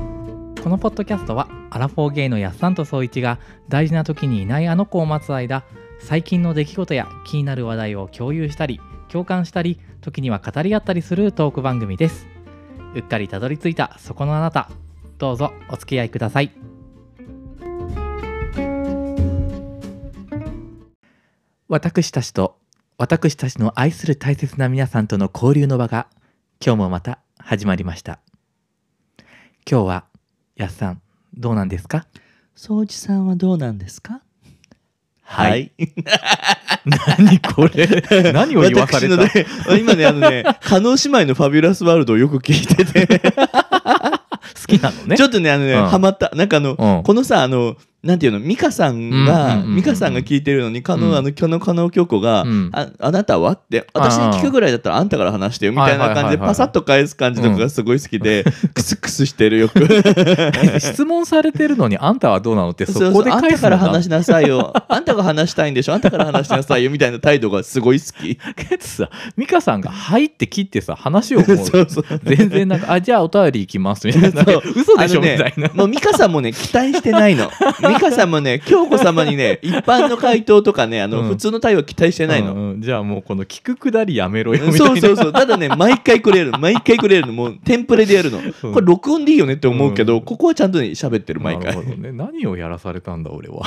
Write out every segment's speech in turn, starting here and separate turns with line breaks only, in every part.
このポッドキャストはアラフォーゲイのやっさんと総一が大事な時にいないあの子を待つ間最近の出来事や気になる話題を共有したり共感したり時には語り合ったりするトーク番組ですうっかりたどり着いたそこのあなたどうぞお付き合いください私たちと私たちの愛する大切な皆さんとの交流の場が今日もまた始まりました今日はやっさんどうなんですか
総一さんはどうなんですか
はい 何これ何を言わさ
私
れ
の
た
ね、今ね、あの ね、加納姉妹のファビュラスワールドをよく聞いてて、
好きなの ね
ちょっとね、あのね、
うん
ハマった。なんかあの、
うん
このさ、あの、なんていうの、美香さん
うんうん
が、
うんうん
美香さんが聞いてるのに、加
うん
納、あの、今日の加納京子が、
うん
あ、あなたはって、私に聞くぐらいだったらあんたから話してよ、みたいな感
はいはいは
じ
い
で、
はい
パサッと返す感じとかがすごい好きで、クスクスしてるよく。
質問されてるのにあんたはどうなのって そ
そう
こ
そう
で
あん
返
た
す
か
の
ら
が
話しなさいよ。あんたが話したいんでしょあんたから話しなさいよ、みたいな態度がすごい好 き。
けどさ美香さんが「はい」って切ってさ話をも
そううそう。
全然なんか「あじゃあお便り行きます」みたいな
そう
嘘でしょみ
あのね
たいな
もう美香さんもね、期待してないの。美香さんもね、京子様にね、一般の回答とかね、あの、
うん
普通の対応は期待してないの。
うんうんじゃあもうこの聞くくだりやめろよみたいな
そうそうそう。ただね、毎回くれるの。毎回くれるの。もう、テンプレでやるの。
うん
これ、録音でいいよねって思うけど、
うん
ここはちゃんとね、喋ってる、毎
なる
回
ほ。どね何をやらされたんだ俺は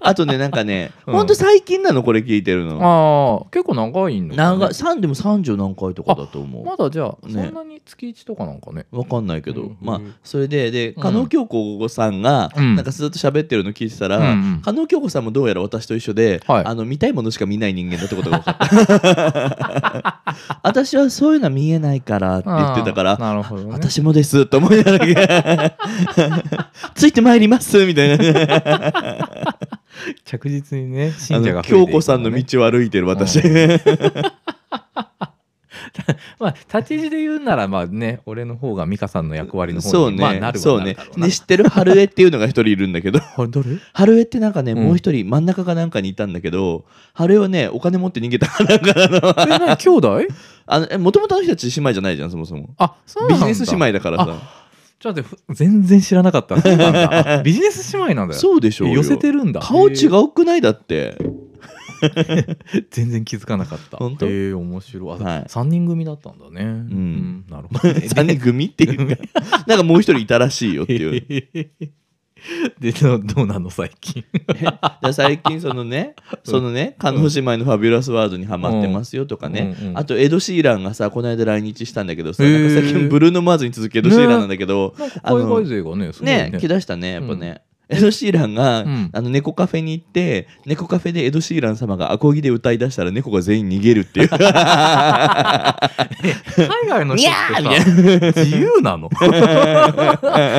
あとね、なんかね、
うん
ほんと最近なの、これ聞いてるの。
ああ結構長いのかね
長い、3でも30何回とかだと思う。
まだじゃあそ
ね
んなに月1とかなんかね
わかんないけど、
うん
まあ
うん
それでで
うん
加納京子さんが、
うん
なんかずっと喋ってるの聞いてたら、
うんうん
加納京子さんもどうやら私と一緒で、
はい
あの見たいものしか見ない人間だってことが分かった 私はそういうのは見えないからって言ってたから、
あーなるほどね
私もですと思いなが らついてまいりますみたいな、
着実にね信
あ
者
の
が増えていく
京子さんの
ね
道を歩いてる私、
まあ立ち位置で言うならまあね俺の方が美香さんの役割の方に
そうね、
まあ、なる
そう
はな
ね
るだろうな
ね知ってる春江っていうのが一人いるん だけど
これどれ
春江ってなんかね、
うん
もう一人真ん中かなんかにいたんだけど春江はねお金持って逃げたからだから
え何兄弟
あのえもともとあの人たち姉妹じゃないじゃんそもそも
あそうな
ビ
ん
ジ
だ
ネス姉妹だからさ
ちょっと待ってふ全然知らなかったそうなんだあビジネス姉妹なんだよ
そうでしょう
え
よ
寄せてるんだ
顔
へー
違うくないだって
全然気づかなかった
本当
へえ面白い、あ
はい
3人組だったんだねうんなるほど ね
3人組って いうかなんかもう一人いたらしいよって いう
でどどうなの最近
で最近そのねそのね彼女姉妹の「ファビュラスワード」にハマってますよとかね、
うんうん
あとエド・シーランがさこの間来日したんだけどさ、
へー
なんか最近ブルーノ・マーズに続きエド・シーランなんだけど、
なんか
あの
海外勢がねすごいね
ね来だしたねやっぱね、エド・シーランが、
うん
あの猫カフェに行って猫カフェでエド・シーラン様がアコギで歌い出したら猫が全員逃げる っていう
海外の人ってさ自由 なの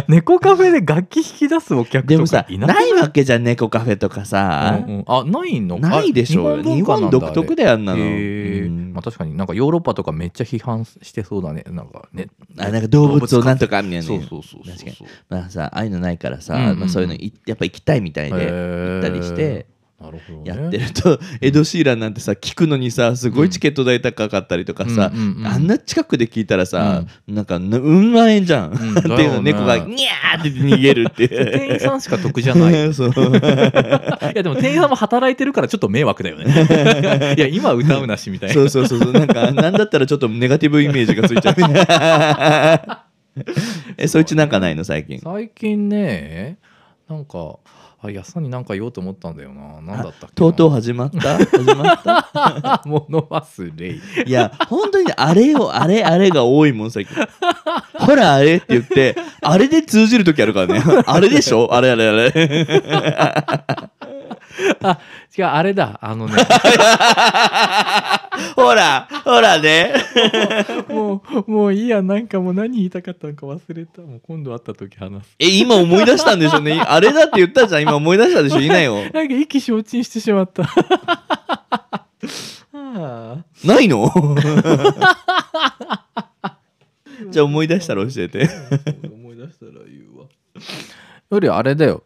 猫カフェで楽器弾き出すお客
で
と
も
か
さ
い
な
ない
いわけじゃん猫カフェとかさ、
うんうんあないのか
ないでしょ
あ
う日本
文化な
独
んだ
特であんなの、
へえ
うん
まあ、確かになんかヨーロッパとかめっちゃ批判してそうだねなんかね
あなんか動物をなんとかみたいなね
そうそうそうそう
確かにまあさああいうのないからさ、
うんうん
まあ、そういうのいやっぱ行きたいみたいで行
行
ったりして
なるほど、ね、
やってると、エド・シーランなんてさ聞くのにさすごいチケット代高かったりとかさ、
うんうんうんうん
あんな近くで聞いたらさ、なんかなうん万円じゃん、
ん
っていうの猫
だ
が
よね
ニャーって逃げるって
店員
い
さんしか得じゃないよ ね
うそう
いやでも店員さんも働いてるからちょっと迷惑だよ ね。いや今歌うなしみたいな。
そうそうそうそうなんかなんだったらちょっとネガティブイメージがついちゃ うえそいつなんかないの最近
最近ねなんかあ安さんに何か言おうと思ったんだよな何だったっけな
とうとう始まった始まった
物忘 れ
いや本当にねあれをあれあれが多いもん最近 ほらあれって言ってあれで通じる時あるからねあれでしょあれあれあれ
あ違うあれだあ のね
ほらほらね
もうもういいやなんかもう何言いたかったのか忘れたもう今度会った時話す
え今思い出したんでしょうねあれだって言ったじゃん今思い出したでしょいないよ
なんか意気消沈してしまった ああ
な いのじゃあ思い出したら教えて
思い出したら言うわよりあれだよ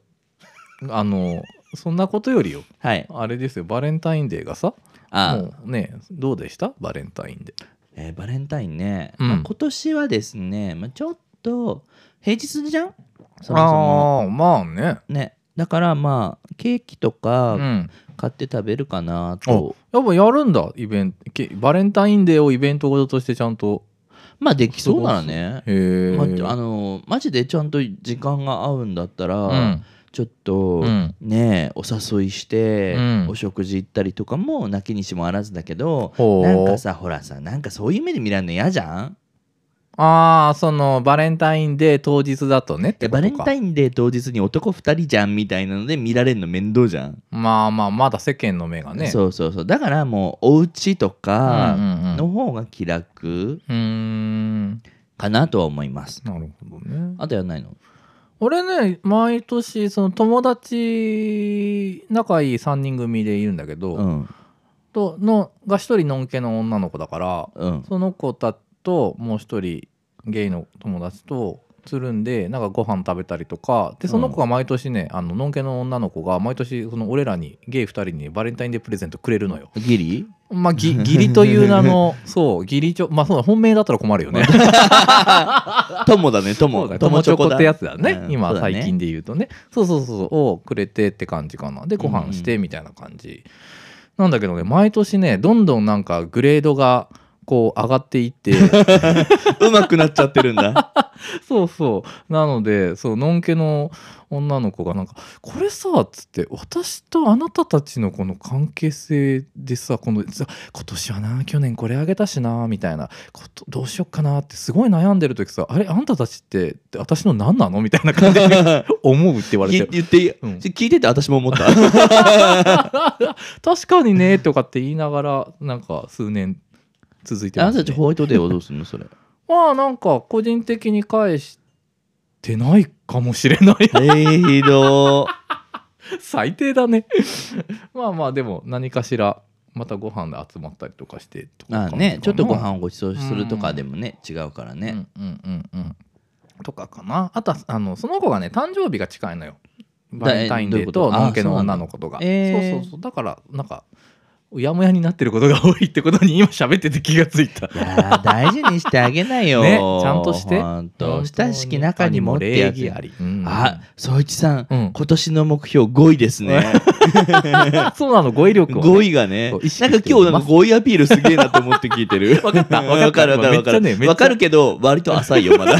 あのそんなことよりよ
はい
あれですよバレンタインデーがさ
あ
もうねどうでしたバレンタインデー
えーバレンタインね、
うん
まあ今年はですね、まあ、ちょっと平日じゃんそもそも
ああまあね
ねだからまあケーキと
う
か
ん
買って食べるかなと、
やっぱやるんだイベントけバレンタインデーをイベントごととしてちゃんと
まあできそうならね
へえ、
まあ、あのマジでちゃんと時間が合うんだったら、
うん
ちょっと、
うん
ねえお誘いして、
うん
お食事行ったりとかもなきにしもあらずだけど
ほう
なんかさほらさなんかそういう目で見られるの嫌じゃん
ああそのバレンタインデー当日だとねって
で
こと
バ
か
レンタインデー当日に男2人じゃんみたいなので見られるの面倒じゃん、
まあまあまだ世間の目がねう
そうそうそうだからもうお家と
んう
か
んうん
の方が気楽
うーん
かなとは思います、
なるほどね
あとやんないの
俺ね毎年その友達仲いい3人組でいるんだけど、
うん
とのが1人のんけの女の子だから
うん
その子たちともう1人ゲイの友達とつるんでなんかご飯食べたりとかでその子が毎年ね、あののんけの女の子が毎年その俺らにゲイ2人にバレンタインデープレゼントくれるのよ。
ギリ
まあ ぎ義理という名のそう義理ちょまあそうだ本命だったら困るよね。
友だね友
そうだね 友チョコってやつだね、
うん
今
そうだね
最近で言うとねそうそうそうそうをくれてって感じかなでご飯してみたいな感じ、なんだけどね毎年ねどんどんなんかグレードがこう上がっていって
うまくなっちゃってるんだ
そうそうなのでそうのんけの女の子がなんか「これさ」っつって「私とあなたたちのこの関係性でさこのさ今年はな去年これあげたしな」みたいなことどうしよっかなってすごい悩んでる時さ「あれあんたたちって私の何なの?」みたいな感じで 思うって言われ
言
て
言っていい、
うん
聞いてて私も思 った
確かにねとかって言いながらなんか数年続いて
あ
ま
な
す、
たたち
ね、
ホワイトデーはどうするのそれ
まあなんか個人的に返してないかもしれない
えーひど
最低だねまあまあでも何かしらまたご飯で集まったりとかしてとか
ま
か
あ
な
ねちょっとご飯をごちそうするとかでもね、違うから
う
ね、
んうんうんうんとかかなあとはあのその子がね誕生日が近いのよバレンタインデー
どういう
と
こと
のんけ
あ
の
そう
女
なんだ
の子とがそう,、
えー
そうそうだからなんかうやむやになってることが多いってことに今喋ってて気がついた
いやー大事にしてあげないよ、
ねちゃんとして
ほん
本
と
当
親しき中にもってや
礼儀
つ
あり、うん
あ宗一さん、
うん
今年の目標5位ですね
そうなの語彙力をね、
5位がね
そう
な
ん意
か
識して
今日なんか5位アピールすげえなと思って聞い てる
わかったわかった
わかるわかるわ
めっち
かる、
ゃねめっちゃ
わかるけど割と浅いよまだ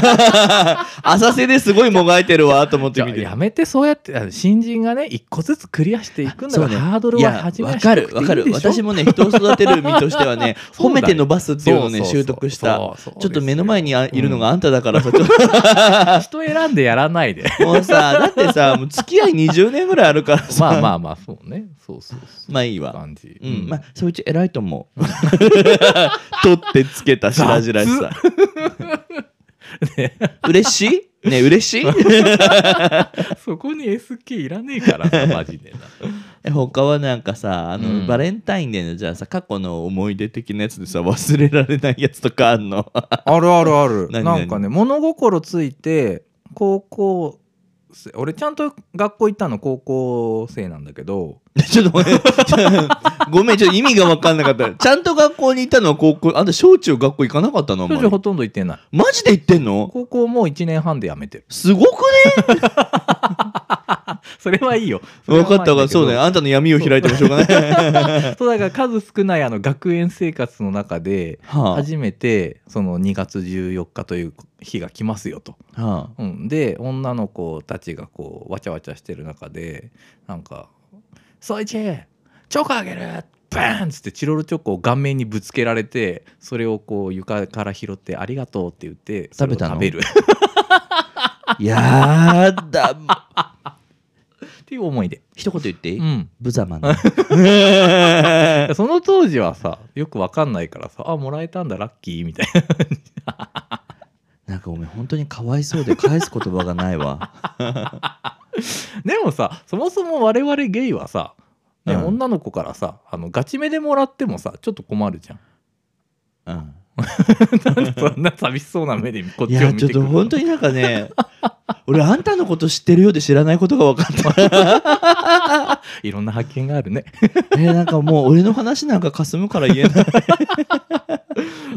浅瀬ですごいもがいてるわと思っ
じ
て
ゃあ
見てる
やめてそうやってあの新人がね一個ずつクリアしていくんだから、
そうね
ハードル
い
は
や
始め
わかるわかる私
も
もね人を育てる身としてはね
そうだ
褒
よ
めて伸ばすっていうのをね習得したちょっと目の前にあいるのがあんただからさ、ちょっ
人選んでやらない で
ともうさだってさもう付き合い20年ぐらいあるからさ
まあま
あ
あまあそうねそうそうそう
まあいい
あ
わ
感じ
うん、まあそういうち偉いと思う 取ってつけた白々しさ 嬉しいね嬉しい
そこに SK いらねえからなマジ でな
え他はなんかさあの、
うん
バレンタインデーのじゃあさ過去の思い出的なやつでさ忘れられないやつとかあんの
あるあるある
何
なんかね物心ついて高校生俺ちゃんと学校行ったの高校生なんだけど
ちょっとごめん。 ごめん、ちょっと意味が分かんなかった。ちゃんと学校に行ったのは高校、あんた小中学校行かなかったのお
少
前
女ほとんど行ってない
マジで行ってんの
高校もう1年半で辞めてる
すごくね
それはいいよ
分かったわ、そうだよ。
ね
あんたの闇を開いてもしょうが な い。
そうだから数少ないあの学園生活の中で
は
初めてその2月14日という日が来ますよと、
あ、は
うん、で女の子たちがこうわちゃわちゃしてる中でなんか「宗一チョコあげる!」バーンっつってチロルチョコを顔面にぶつけられてそれをこう床から拾って「ありがとう」って言ってそれを
食べたの
食べる
あ、やーだ。
っていう思い出、
一言言っていい、
うん、
無様 な。
その当時はさよくわかんないからさあもらえたんだラッキーみたいな
なんかごめん、本当にかわいそうで返す言葉がないわ。
でもさそもそも我々ゲイはさ、ね
うん
女の子からさあのガチめでもらってもさちょっと困る じゃん
うん、
なんでそんな寂しそうな目でこっ
い
ちを
や、
見
ち
て
ょっ
くる
と本当になんかね、 俺あんたのこと知ってるようで知らないことが分か った。
いろんな発見があるね
えーなんかもう俺の話なんかかすむから言えない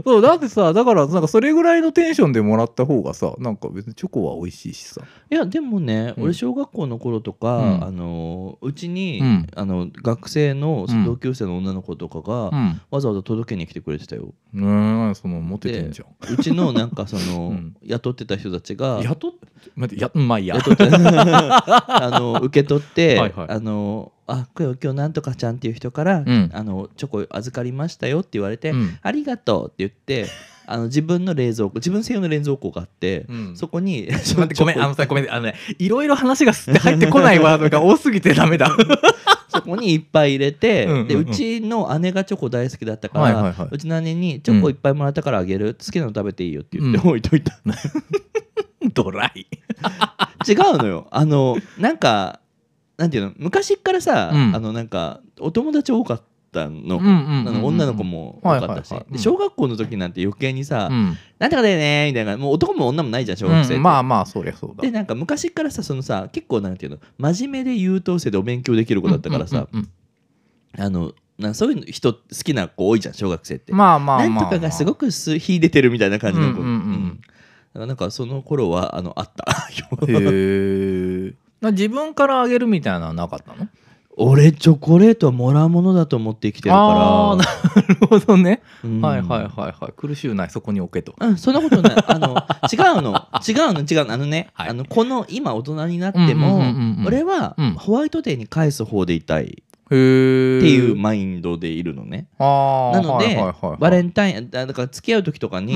そうだってさだからなんかそれぐらいのテンションでもらった方がさなんか別にチョコは美味しいしさ
いやでもね、
うん
俺小学校の頃とか、
うん
あのうちに、
うん
あの学生の
うん
同級生の女の子とかが、
ん
わざわざ届けに来てくれてたよ
ねえそのモテてんじゃ
うちのなんかそ の、
うん
雇ってた人たちが
ん雇っ待ってやまあいいや
雇って あの受け取って
はいはい
あのあこれ今日なんとかちゃんっていう人から、
ん
あのチョコ預かりましたよって言われて、
うん
ありがとうって言 ってあの自分の冷蔵庫自分専用の冷蔵庫があって、
うん
そこに
待ってごめんあのさごめんあのねいろいろ話がすって入ってこないワードが多すぎてダメ だ
そこにいっぱい入れて
うんうんうん
でうちの姉がチョコ大好きだったから、
はいはいはいう
ちの姉にチョコいっぱいもらったからあげる、好きなの食べていいよって言って
うん
置いといた、
ドライ
違うのよあのなんかなんていうの昔っからさ、
うん
あのなんかお友達多かったの,、あの女の子も多かったし、
はいはいはい
で小学校の時なんて余計にさ「
うん
なんとかだよね」みたいなもう男も女もないじゃん小学生って、
うんまあまあそりゃそうだ
でなんか昔っからさそのさ結構なんていうの真面目で優等生でお勉強できる子だったからさ、
うんうんうん
あのなんかそういう人好きな子多いじゃん小学生って、
まあまあまあ
なんとかがすご
く
くす秀でてるみたいな感じの子、
うんうんうん
だからなんかその頃はあのあった
へえ自分からあげるみたいなのはなかったの
俺チョコレートはもらうものだと思って生きてる
ああ
か
ーなるほどね、
ら、うん
はいはいはいはい苦しゅうないそこに置けと
うん、そんなことない。あの、違うの、違うの、違うの、あのね、
はい
あの、この今大人になって
うんうんうんうんう
も、
ん
俺は
うん
ホワイトデーに返す方でいたいって
へえ
いうマインドでいるのね。
あー
なので
はいはいはいはい
バレンタイン、だだから付き合う時とかに、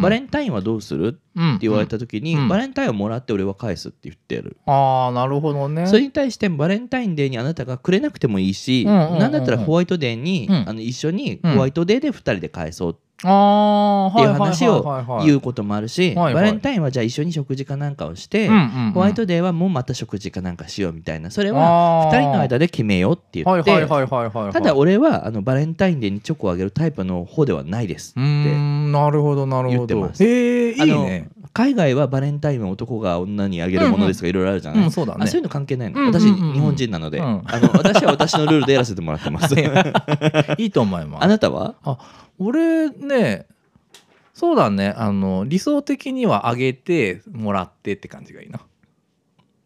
バレ
ンっ
ンタインはどうするって
て
言われた時に、
うんうん
バレンタインをもらって俺は返すって言ってる。
ああなるほどね
それに対してバレンタインデーにあなたがくれなくてもいいし、
うんうんうんうん
なんだったらホワイトデーに、
うん
あの一緒に
うん
ホワイトデーで2人で返そう
あ
っていう話をい
言
うこともある
は
し、
いはい
バレンタインはじゃあ一緒に食事かなんかをして、ホワイトデーはもうまた食事かなんかしようみたいなそれは2人の間で決めようって言
はい
っ
はい
て
はいはいはい
ただ
う
俺はあのバレンタインデーにチョコをあげるタイプの方ではないです
ーんなるほどなる
言
ほ
って
ど
ます
へえいいね
海外はバレンタインは男が女にあげるものですがいろいろあるじゃない、
うんそうだね
あそういうの関係ない
う
の、
んうんうん
私日本人なので、
うん
あの私は私のルールでやらせてもらってます
いいと思いま
あ
す
なたは
俺ねそうだねあの理想的にはあげてもらってって感じがいいな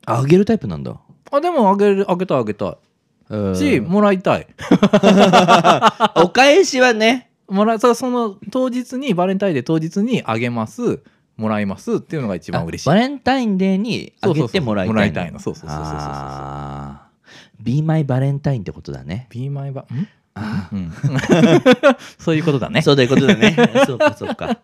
ああげるタイプなんだ
あでもあげるあげたいあげたいし
うん
もらいたい
お返しはね
もらそその当日にバレンタインデー当日にあげますもらいますっていうのが一番嬉しい
あバレンタインデーにあげてもらいたい
もらいたい
の
のそうそうそうそうそうそう
あー Be my Valentine ってことだね。
Be my ba- ん
あ
うん そういうことだね
そういうことだ ね。そうかそうか。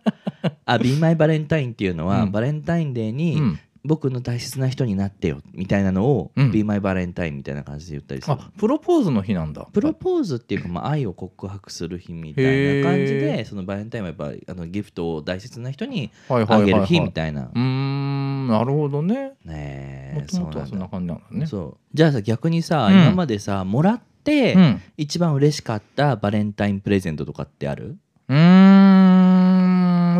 あ、Be my Valentine っていうのは、
うん
バレンタインデーに、
うん
僕の大切な人になってよみたいなのを、
うん
Be my Valentine みたいな感じで言ったりする。
あプロポーズの日なんだ
プロポーズっていうか、まあ、愛を告白する日みたいな感じ
へ
でそのバレンタインはやっぱりあのギフトを大切な人に
はいはい
あ
はい
げ
はい
る日みたいな
う。ーんなるほどね
ね
も
え
ともとは
そう
そん
な
なん感じ
だ
なんだね
そうじゃあさ逆にさ、
うん
今までさもらって、
うん
一番嬉しかったバレンタインプレゼントとかってある
うーん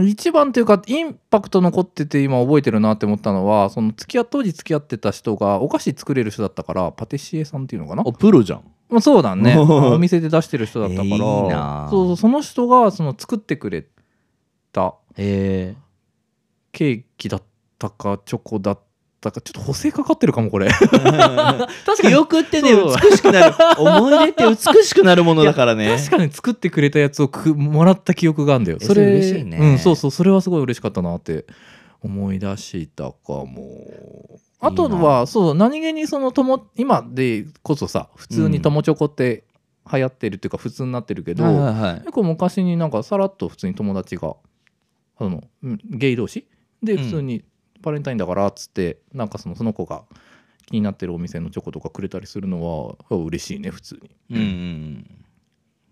一番というかインパクト残ってて今覚えてるなって思ったのはその付き合当時付き合ってた人がお菓子作れる人だったからパティシエさんっていうのかな
プロじゃん
まあそうだ ねお店で出してる人だったから、
えーいいなあ
そうそうその人がその作ってくれた
へえ
ケーキだったかチョコだったかちょっと補正かかってるかもこれ確か
記
に
憶ってね
そう
美しくなる思い出って美しくなるものだからね
確かに作ってくれたやつをくもらった記憶があるんだよ
えそれ嬉しいね
うん、そうそうそれはすごい嬉しかったなって思い出したかもあと
いい
はそう何気にその友今でこそさ普通に友チョコって流行ってるっていうか普通になってるけど、
はいはいはい
結構昔になんかさらっと普通に友達があのうんゲイ同士で
うん
普通にバレンタインだからっつって、なんかそのその子が気になってるお店のチョコとかくれたりするのは嬉しいね普通に。
うんうんうん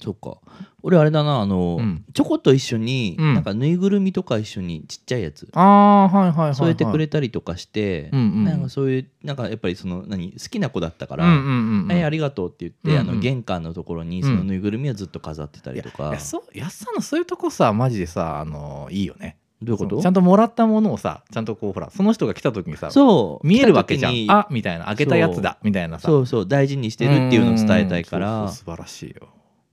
そっか俺あれだなあの、
うん
チョコと一緒に、
うん
なんかぬいぐるみとか一緒にちっちゃいやつ
ああはいはいはい、はい、
添えてくれたりとかして、
うんうん
なんかそういうなんかやっぱりその何好きな子だったから、
うんうんうんうん
えありがとうって言って、
うんうん
あの玄関のところにそのぬいぐるみをずっと飾ってたりとか、
いやそうやっさんのそういうとこさマジでさあのいいよね
どういうこ
そ
と
のちゃんともらったものをさちゃんとこうほらその人が来た時にさ
そう
見えるわけじゃ
来
ん
た時
あ
に
みたいな開けたやつだみたいなさ
そうそう大事にしてるっていうのを伝えたいか
うん
ら
そうそう素晴らしいよ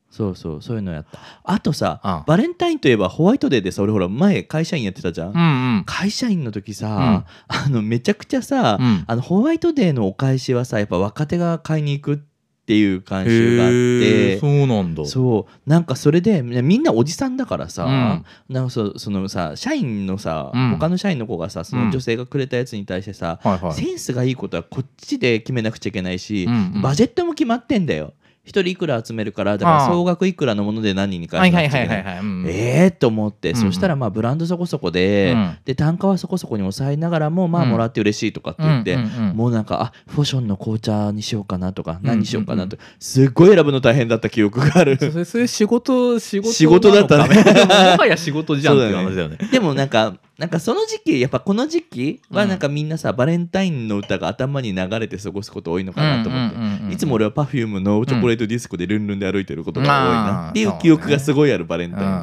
そうそうそうそういうのやったあとさ
あ
バレンタインといえばホワイトデーでさ俺ほら前会社員やってたじゃ
う
ん、
んうん
会社員の時さ、あのめちゃくちゃさ、
うん
あのホワイトデーのお返しはさやっぱ若手が買いに行くっていう慣習があっ
へ
て
えそうなんだ
そうなんかそれでねみんなおじさんだからさ、
うん
なんかそそのさ社員のさ、
うん
他の社員の子がさその女性がくれたやつに対してさ、
はいはい
センスがいいことはこっちで決めなくちゃいけないし、
うんうん
バジェットも決まってんだよ一人いくら集めるからだから
ああ
総額いくらのもので何人に
は
返
い
し
は
ないくち
は
ゃい
い
けな
はいいはいうん
えーと思って、
うん
そしたらまあブランドそこそこで、
うん
で単価はそこそこに抑えながらもまあ
うん
もらって嬉しいとかって言って、
うんうんうん
もうなんかあフォションの紅茶にしようかなとか
うん
何にしようかなと、すっごい選ぶの大変だった記憶がある
それそれ仕事仕事
仕事だった
なの
ね
かねもはや仕事じゃんっていう話だよね
でもなんかなんかその時期やっぱこの時期はなんかみんなさ、バレンタインの歌が頭に流れて過ごすこと多いのかなと思って、
うんうんうんうん
いつも俺は Perfume のチョコレートディスコでルンルンで歩いてることが多いなっていう記憶がすごいあるバレン
うん
タ
うんう
イン、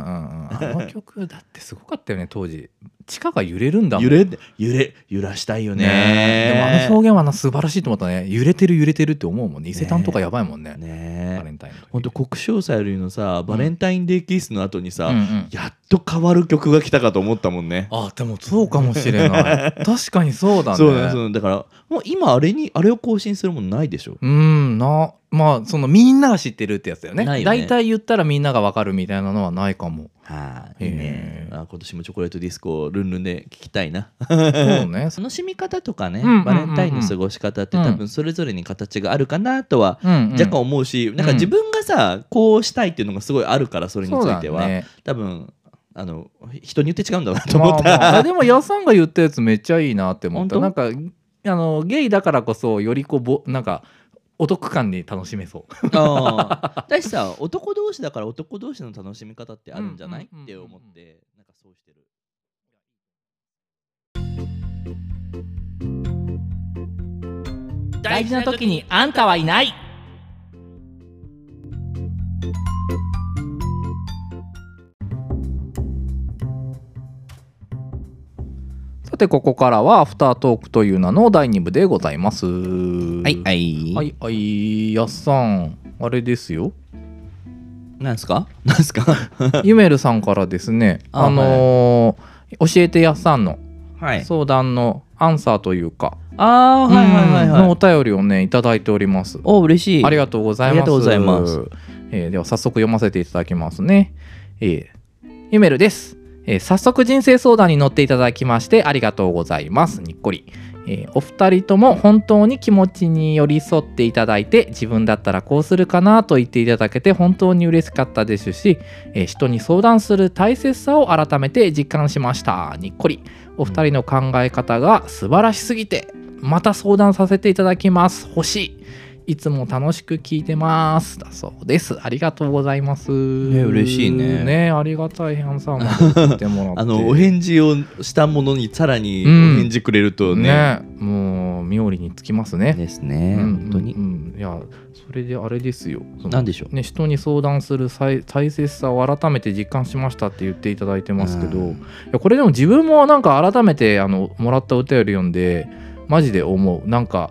んあの曲だってすごかったよね当時地下が揺れるんだもん
揺れ揺れ揺らしたいよね
でもあの表現はな素晴らしいと思ったね揺れてる揺れてるって思うもんね伊勢丹とかやばいもんね
ね
バレンタインの時
ほんと国章祭よりのさバレンタインデーキスの後にさ、
うんうん
やっと変わる曲が来たかと思ったもんね
あでもそうかもしれない 確かにそうだね
そうだねそうだねだからもう今あれにあれを更新するものないでしょ
うんなまあそのみんなが知ってるってやつだよね
ないよね
大体言ったらみんながわかるみたいなのはないかも
はいいい
へ
ね
ー
あ今年もチョコレートディスコをルンルンで聞きたいな
そう ね
楽しみ方とかね、
うんうんうんうん
バレンタインの過ごし方って多分それぞれに形があるかなとは
うんうん
若干思うし、なんか自分がさこうしたいっていうのがすごいあるからそれについて
そう
は、
だね
多分あの人によって違うんだなと思った、
まあまあでも矢さんが言ったやつめっちゃいいなって思ったな
本
んかあのゲイだからこそよりこうぼなんかお得感に楽しめそう
ああだしさ男同士だから男同士の楽しみ方ってあるんじゃない、
うんうんうんうん
って思ってなんかそうしてる
大事な時にあんたはいない
さてここからはアフタートークという名の第2部でございますは
はい
はいはいやっさんあれですよ
なんすかなんすか
ゆめるさんからですね
あ
あのー教えてやっさんの
は
相談のアンサーというか、
ああはいはいはい
の
は
お
い
便りをねいただいております
お嬉しい
ありがとうございます。
ありがとうございます
えーでは早速読ませていただきますね。えー、ゆめるです、えー早速人生相談に乗っていただきましてありがとうございます。にっこり。えーお二人とも本当に気持ちに寄り添っていただいて自分だったらこうするかなと言っていただけて本当に嬉しかったですし、えー人に相談する大切さを改めて実感しましたにっこりお二人の考え方が素晴らしすぎてまた相談させていただきます欲しいいつも楽しく聞いてますだそうですありがとうございますね
嬉しいね
ありがたいハンさんまで送ってもらって
あのお返事をしたものにさらにお
うん
返事くれるとね,、
ねもう冥利につきますね
ですね
うん
本当に、
うんうんいやそれであれですよその
なんでしょう
ね、人に相談する大大切さを改めて実感しましたって言っていただいてますけど、
うん
いやこれでも自分もなんか改めてあのもらったお便り読んでマジで思うなんか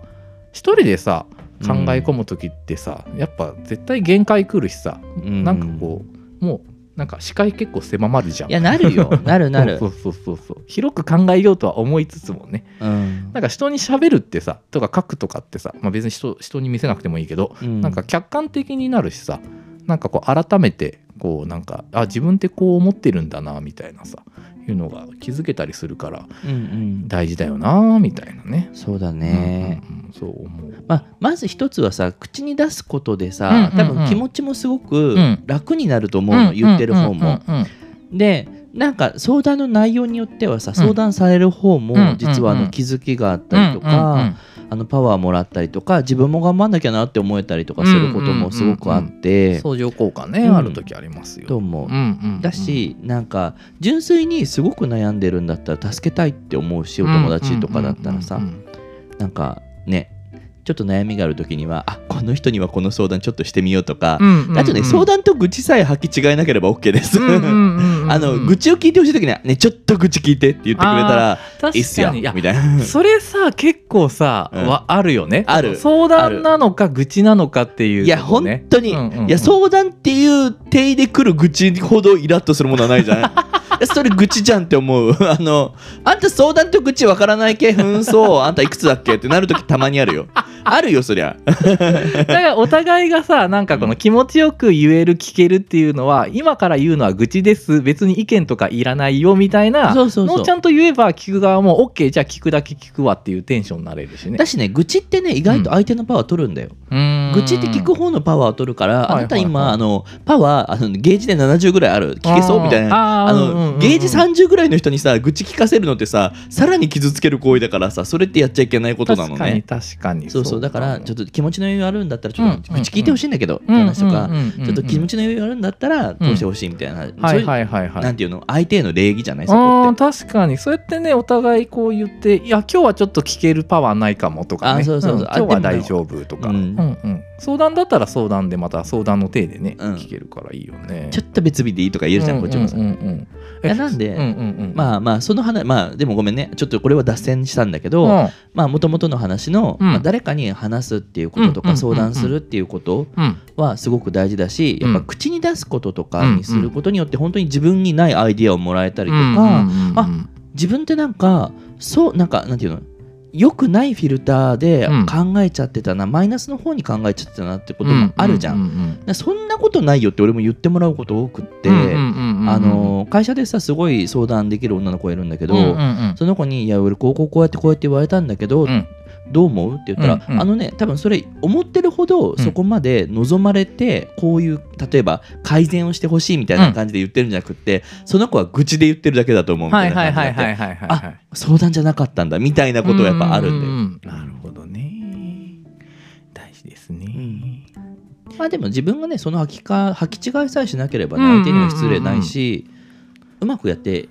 一人でさ考え込む時ってさ、やっぱ絶対限界来るしさ、
うん
なんかこうもうなんか視界結構狭まるじゃん。
いやなるよなるなる
そうそうそうそう広く考えようとは思いつつもね
うん
なんか人に喋るってさとか書くとかってさ、まあ、別に人人に見せなくてもいいけど、
うん
なんか客観的になるしさなんかこう改めてこうなんかあ自分ってこう思ってるんだなみたいなさいうのが気づけたりするから
うんうん
大事だよなみたいなね。
そうだね、
うんうんうんそう思う。
まあ、まず一つはさ口に出すことでさ、
うんうんうん
多分気持ちもすごく
うん
楽になると思うの、言ってる方も。
うんうんうん
でなんか相談の内容によってはさ
ん
相談される方も
うん
実はあ
うんう
の
ん
気づきがあったりとか、あのパワーもらったりとか自分も頑張んなきゃなって思えたりとかすることもすごくあって。
うんうん相乗効果ね、
うん
ある時ありますよ。
と思
う
う
んうんうん
だ、しなんか純粋にすごく悩んでるんだったら助けたいって思うしお友達とかだったらさ
うんうんうんうん
なんかねちょっと悩みがある時にはあこの人にはこの相談ちょっとしてみようとか、
うんうん
あとね相談と愚痴さえ履き違えなければ OK です、
うんうんうんうん
あの愚痴を聞いてほしい時には、ね、ちょっと愚痴聞いてって言ってくれたら
確かに
いいっすよ
いや
みたいな
それさ結構さ、
うん
はあるよね
ある
相談なのか愚痴なのかっていう、ね、
いや本当に、
うんうんうん
いや相談っていう定位で来る愚痴ほどイラッとするものはないじゃない いやそれ愚痴じゃんって思う あのあんた相談と愚痴わからない系紛争あんたいくつだっけってなる時たまにあるよあるよそりゃ
だからお互いがさなんかこの気持ちよく言える聞けるっていうのは今から言うのは愚痴です別に意見とかいらないよみたいな
そうそうそう
のをちゃんと言えば聞く側も OK じゃあ聞くだけ聞くわっていうテンションになれるしね
だしね愚痴ってね意外と相手のパワー取るんだよ、愚
愚
痴って聞く方のパワーを取るか
は
ら、
い
あなた今、
はいはい
あのパワーあのゲージで70ぐらいある聞けそうみたいな。
な
あのゲージ30ぐらいの人にさ愚痴聞かせるのってささらに傷つける行為だからさそれってやっちゃいけないことなのね
確かに確かに
そうそうだからちょっと気持ちの余裕あるんだったらちょっと
うん
愚痴聞いてほしいんだけどって
うん
話とか
うんうんうんうん
ちょっと気持ちの余裕あるんだったらどうしてほしいみたいな、
は
そう
い
いう
はいはいはい
なんていうの相手への礼儀じゃないそこ
あー
って
確かにそうやってねお互いこう言っていや今日はちょっと聞けるパワーないかもとかね
あそうそうそうん
今日は大丈夫とか、
う
うんんうん相談だったら相談でまた相談の体でね、
うん
聞けるからいいよね
ちょ
っと
っと別日でいいとか言えるじゃん、こっちもさ、
うんうんうん
いやなんで
うんうんうん
まあまあその話まあでもごめんねちょっとこれは脱線したんだけ
う
ど、
ん
まあ元々の話の、
うん
まあ誰かに話すっていうことと
うんうんうんう
か
ん
相談するっていうこと
うん
はすごく大事だしやっぱ
うん
口に出すこととかにすることによって本当に自分にないアイディアをもらえたりと
うん
か
うん
あ自分ってなんかそうなんかなんていうのよくないフィルターで
うん
考えちゃってたなマイナスの方に考えちゃってたなってこ
う
ともあるじゃん。
ううん
だからそんなことないよって俺も言ってもらうこと多くって、
うんうんうんうん
あの会社でさすごい相談できる女の子がいるんだけど、
うんうんうん
その子に「いや俺こうこうこうやってこうやって言われたんだけど、
うん
どう思う?」って言ったら、
うんうん
あのね多分それ思ってるほどそこまで望まれて、こういう例えば改善をしてほしいみたいな感じで言ってるんじゃなくって、その子は愚痴で言ってるだけだと思うみた
はいい
な
は
感
い
じ
は
になっ
い
て
はいはいはいはい
相談じゃなかったんだみたいなことはやっぱあるんだよ。
だよなるほどね大事ですね、
うんまあでも自分がねその履きか履き違いさえしなければね
うん
相手には失礼ないし、うまくやって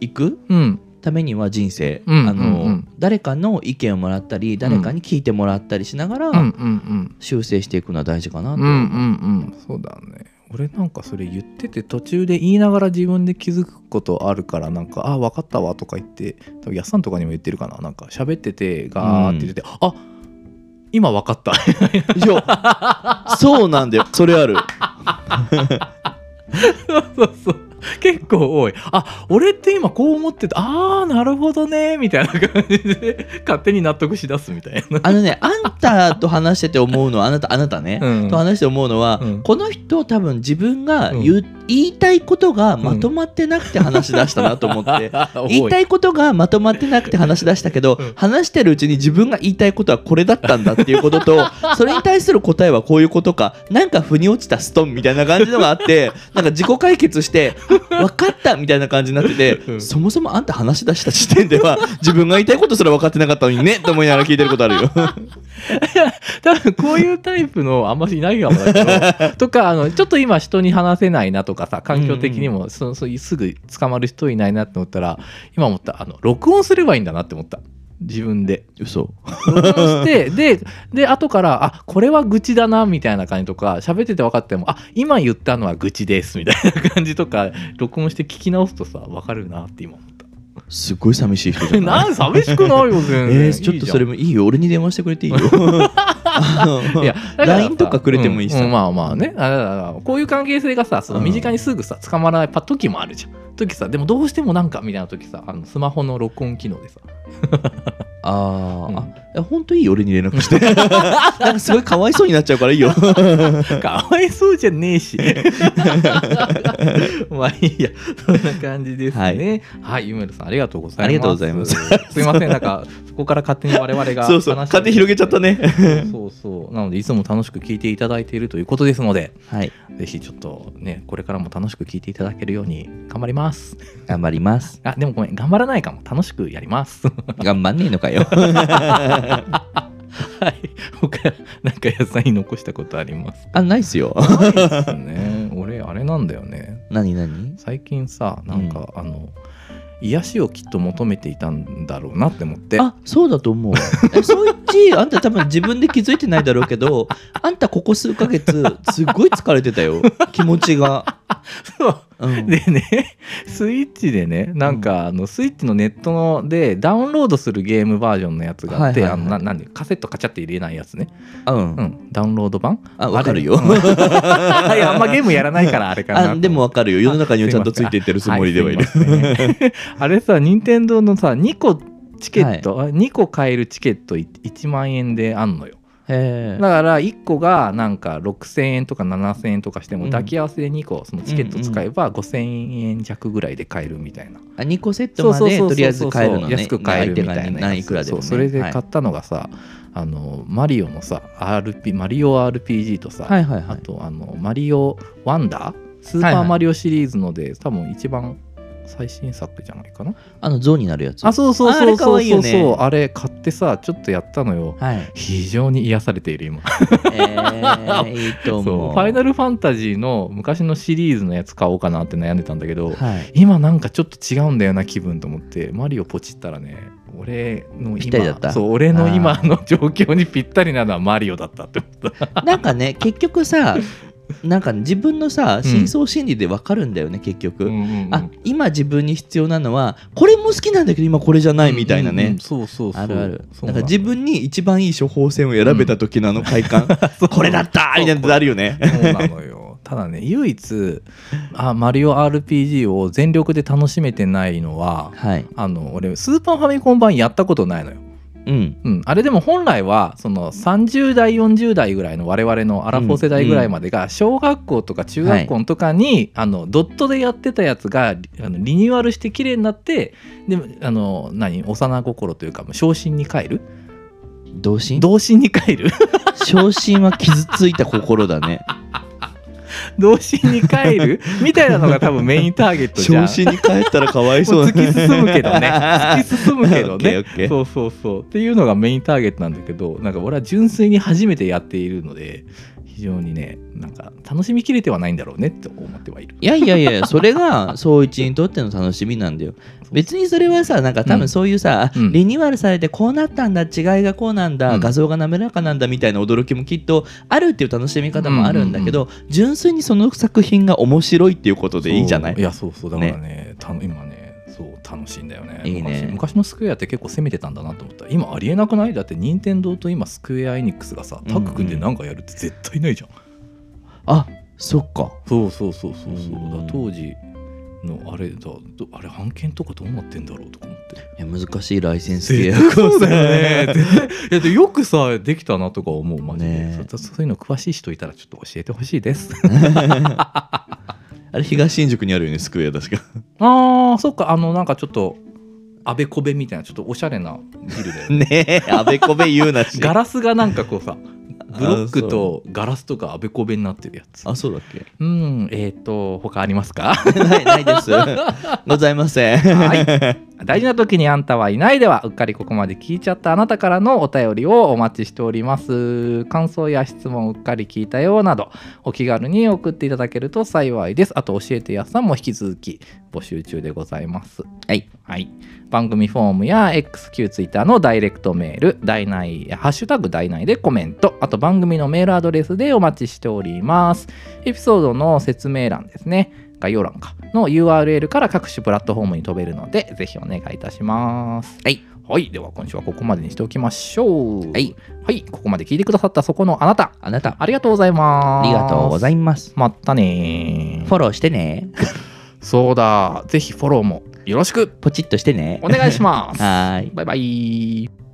いく
うん
ためには人生、
うん
あの
うんうん
誰かの意見をもらったり誰かに聞いてもらったりしながら、
うんうんうん
修正していくのは大事かな
う
と、
んうんうんそうだね俺なんかそれ言ってて途中で言いながら自分で気づくことあるからなんか「あ分かったわ」とか言って多分やっさんとかにも言ってるかななんか喋っててガーって言ってて「あ今分かった」
いやそうなんだよそれある
そうそう結構多いあ俺って今こう思ってたあーなるほどねみたいな感じで勝手に納得しだすみたいな
あのねあんたと話してて思うのはあなたあなたね、
うん
と話して思うのは、
うん
この人多分自分が言,、
う
言いたいことがまとまってなくて話し出したなと思 って、言いた
い
いことがまとまってなくて話し出したけど、
うん
話してるうちに自分が言いたいことはこれだったんだっていうこ ととそれに対する答えはこういうことかなんか腑に落ちたストンみたいな感じのが あってなんか自己解決して分かったみたいな感じになってて、
うん
そもそもあんた話し出した時点では自分が言いたいことすら分かってなかったのにねと思いながら聞いてることある よ。
多分こういうタイプのあんまりいないかもだ けどとかあのちょっと今人に話せないなとかさ環境的にも、そそういうすぐ捕まる人いないなって思ったら今思ったあの録音すればいいんだなって思った自分で
嘘
録音して でで後からあこれは愚痴だなみたいな感じとか喋ってて分かってもあ今言ったのは愚痴ですみたいな感じとか録音して聞き直すとさ分かるなって今 思っ
すごい寂しい人じ
た
ゃな い
なん寂しくないよ全然
えー、ちょっとそれもいいよ俺に電話してくれ ていいよ。 あの
いやだらさ
LINE とかくれてもいいしさ
うんうんまあまあねあだからこういう関係性がさその
うん
身近にすぐさ捕まらないパ時もあるじゃん時さでもどうしてもなんかみたいな時さあのスマホの録音機能で さ
あー、
うん
あいや本当いいよ俺に連絡 してなんかすごいかわいそうになっちゃうからいいよ
かわいそうじゃねえし まあいいやそんな感じですねはい、ゆめるさんありがとうございます
ありがとうございます
すいませんなんかそこから勝手に我々が
そうそう
話して
勝手に広げちゃったね
そうそうなのでいつも楽しく聞いていただいているということですので
はい
ぜひちょっとねこれからも楽しく聞いていただけるように頑張ります
頑張ります
あでもごめん頑張らないかも楽しくやり ます。は
頑張んねえのか
い
よ
他なんか野菜残したことあります
あないっすよ
ないですね。俺あれなんだよね。
何何
最近さなんか、あの癒しをきっと求めていたんだろうなって思って
あそうだと思うえそういちあんた多分自分で気づいてないだろうけどあんたここ数ヶ月すごい疲れてたよ気持ちが、
そう
うん、
でね スイッチでねなんかあのスイッチのネットのでダウンロードするゲームバージョンのやつがあって
はい
あ
はいはい
のななんでカセットカチャって入れないやつね、
あう
うんん、ダウンロード版
あわかるよ
あれうんいやあんまゲームやらないからあれかなと思
あ
って
でもわかるよ世の中にはちゃんとついていってるつもりではいる、
すいません ねあれさ任天堂のさ2個チケット、2個買えるチケットい1万円であんのよ
へ
だから1個がなんか6000円とか7000円とかしても
うん
抱き合わせで2個そのチケット使えば5000円弱ぐらいで買えるみたいな、
あ2個セットまでとりあえず買えるのね
安く買えるみたい
相手が
な
何いくらでも、ね、
そうそれで
はい
買ったのがさ、あのマリオのさ RP マリオ RPG とさ、
はいはいは
あ
い
とあのマリオワンダースー
はい
パ
は
ー
い
マリオシリーズので、多分一番最新作じゃないかな
あの像になるやつ
あそうそう
ああ
そう
れ可
そう
愛い
そう
よ
そ
ね
うあれ買ってさちょっとやったのよ
はい
非常に癒されている 今
えー、いいと
そう
思う
ファイナルファンタジーの昔のシリーズのやつ買おうかなって悩んでたんだけど
はい
今なんかちょっと違うんだよな気分と思ってマリオポチったらね俺の
ぴったりだ
今
った
そう俺の今
あー
の 状況にぴったりなのはマリオだったって思った
なんかね結局さなんか自分のさ深層心理でわかるんだよね、結局、
うんうんうん
あ今自分に必要なのはこれも好きなんだけど今これじゃないみたいなね、
うんうんうんそうそうそう
あるある
そう
なん
な
か
の
自分に一番いい処方箋を選べた時のあの快感、これだったみたいなのあるよね
そうなの よ。ただね、唯一、あ、マリオ RPG を全力で楽しめてないのは、
はい
あの、俺、スーパーファミコン版やったことないのよ。
うん
うん、あれでも本来は、その30代、40代ぐらいの我々のアラフォー世代ぐらいまでが、小学校とか中学校とかに、あの、ドットでやってたやつが、リあのリニューアルして綺麗になって、でも、あの、何、幼心というか、もう昇進に帰る
童心
童心に帰る
昇進は傷ついた心だね
童心に帰るみたいなのが多分メインターゲットじゃん。
昇進に帰ったらかわい そう
もう
だね
突き進むけど ね突き進むけど
オッ
ね
ケーオッケー
そうそうそうっていうのがメインターゲットなんだけどなんか俺は純粋に初めてやっているので非常にねなんか楽しみきれてはないんだろうねと思ってはいる
いやいやいやそれが総一にとっての楽しみなんだよ別にそれはさなんか多分そういうさ、
うん
リニューアルされてこうなったんだ違いがこうなんだ、
うん
画像が滑らかなんだみたいな驚きもきっとあるっていう楽しみ方もあるんだけど、純粋にその作品が面白いっていうことでいいじゃない
そういやそうそうだからねたの今ねそう楽しいんだよね
いいね
昔昔のスクエアって結構攻めてたんだなと思った今ありえなくないだって任天堂と今スクエアエニックスがさタッグ組んでなんかやるって絶対ないじゃん
あそっか
そうそうそうそうそう
うん
だから当時のあれだどあれ版権とかどうなってんだろうとか思って
いや難しいライセンス
絶
契約
対そうだよね絶対いやでよくさできたなとか思うマジで、
ねえ
そそういうの詳しい人いたらちょっと教えてほしいです
あれ東新宿にあるよねスクエア確か
ああそっかあのなんかちょっとあべこべみたいなちょっとおしゃれなビルだよね
ねえあべこべ言うな し
ガラスがなんかこうさブロッ
あそ
ク
う
とガラスとかあべこべになってるやつ
あそうだっけ
うんえっ、と他ありますか
ないないです ございません
はい、大事な時にあんたはいないではうっかりここまで聞いちゃったあなたからのお便りをお待ちしております感想や質問うっかり聞いたよなどお気軽に送っていただけると幸いですあと教えてやすさんも引き続き募集中でございます
はい、
はい、番組フォームや XQTwitter のダイレクトメール「ダイナイ」「ハッシュタグダイナイ」でコメントあと番組のメールアドレスでお待ちしておりますエピソードの説明欄ですね概要欄かの URL から各種プラットフォームに飛べるのでぜひお願いいたします
はい、
はい、では今週はここまでにしておきましょう
はい、
はい、ここまで聞いてくださったそこのあなた
あなた
ありがとうございま
あ
す
りがとうござい
ま
ます
またね
フォローしてね
そうだぜひフォローもよろしく
ポチッとしてね
お願いします
はーい
拜拜。